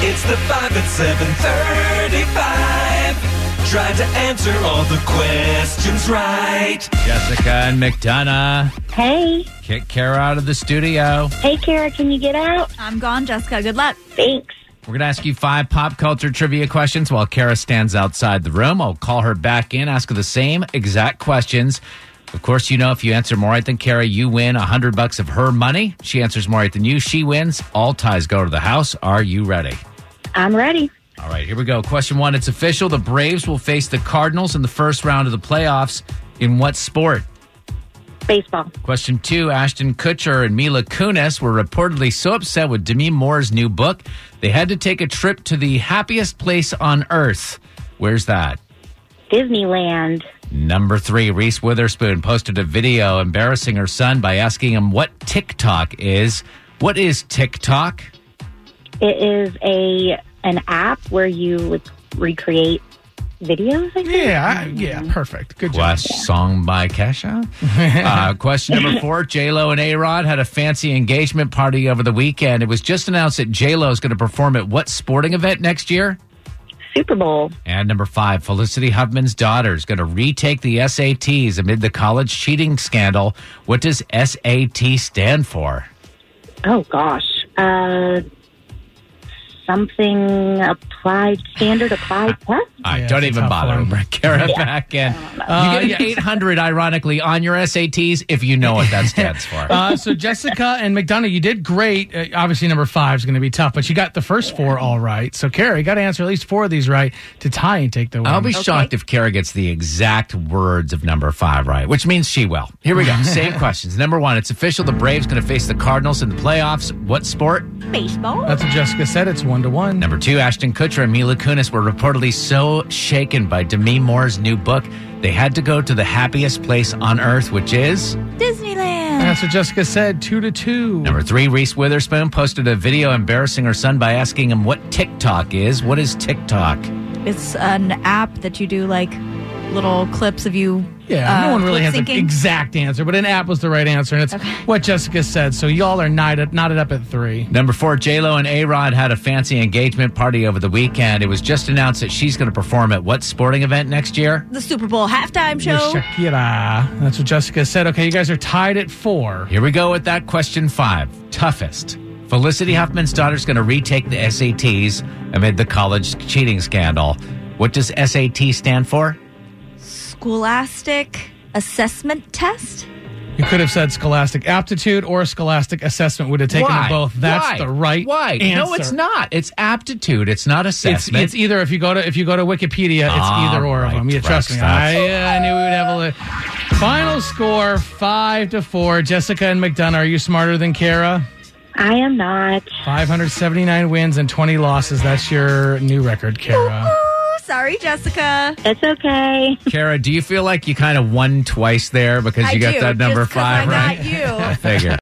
It's the 5 at 735. Try to answer all the questions right. Jessica and McDonough. Hey, Kick Kara out of the studio. hey, Kara, can you get out? I'm gone, Jessica. Good luck. Thanks. We're going to ask you five pop culture trivia questions while Kara stands outside the room. I'll call her back in, ask her the same exact questions. Of course, you know if you answer more right than Kara, you win a 100 bucks of her money. She answers more right than you, she wins. All ties go to the house. Are you ready? I'm ready. All right, here we go. Question one It's official. The Braves will face the Cardinals in the first round of the playoffs. In what sport? Baseball. Question two Ashton Kutcher and Mila Kunis were reportedly so upset with Demi Moore's new book, they had to take a trip to the happiest place on earth. Where's that? Disneyland. Number three, Reese Witherspoon posted a video embarrassing her son by asking him what TikTok is. What is TikTok? It is a an app where you would recreate videos. I think. Yeah, I- yeah, perfect. Good job. Quest song by Kesha. uh, question number four: J Lo and A Rod had a fancy engagement party over the weekend. It was just announced that J Lo is going to perform at what sporting event next year? Super Bowl. And number five, Felicity Huffman's daughter is going to retake the SATs amid the college cheating scandal. What does SAT stand for? Oh gosh. Uh, something applied standard applied test. All right, Yeah, don't it's a even tough bother. one. Bring Kara back in. Uh, you get an 800, ironically, on your SATs if you know what that stands for. Uh, so Jessica and McDonough, you did great. Uh, obviously, number five is going to be tough, but you got the first four all right. So Carrie, you got to answer at least four of these right to tie and take the win. I'll be shocked if Kara gets the exact words of number five right, which means she will. Here we go. Same questions. Number one, it's official. The Braves going to face the Cardinals in the playoffs. What sport? Baseball. Uh, That's what Jessica said. It's one to one. Number two, Ashton Kutcher and Mila Kunis were reportedly so shaken by Demi Moore's new book, they had to go to the happiest place on earth, which is. Disneyland. That's what Jessica said. Two to two. Number three, Reese Witherspoon posted a video embarrassing her son by asking him what TikTok is. What is TikTok? It's an app that you do like little clips of you. yeah, uh, no one really has an lip-syncing. exact answer, but an app was the right answer, and it's what Jessica said. So y'all are knotted, knotted up at three. Number four, J-Lo and A-Rod had a fancy engagement party over the weekend. It was just announced that she's going to perform at what sporting event next year? the Super Bowl halftime With show. Shakira. That's what Jessica said. Okay, you guys are tied at four. Here we go with that question five. Toughest. Felicity Huffman's daughter's going to retake the SATs amid the college cheating scandal. What does SAT stand for? Scholastic assessment test. You could have said scholastic aptitude or scholastic assessment would have taken them both. That's Why? the right Why? answer. No, it's not. It's aptitude. It's not It's, assessment. it's e- either if you go to if you go to Wikipedia, it's All either or right, of them. Yeah, trust Rex, me. that's- I, I knew we would have a li- final score five to four. Jessica and McDonough, are you smarter than Kara? I am not. 579 wins and 20 losses. That's your new record, Kara. Ooh, sorry, Jessica. It's okay. Kara, do you feel like you kind of won twice there because I you got do, that number just 'cause five I right? got you. Figure.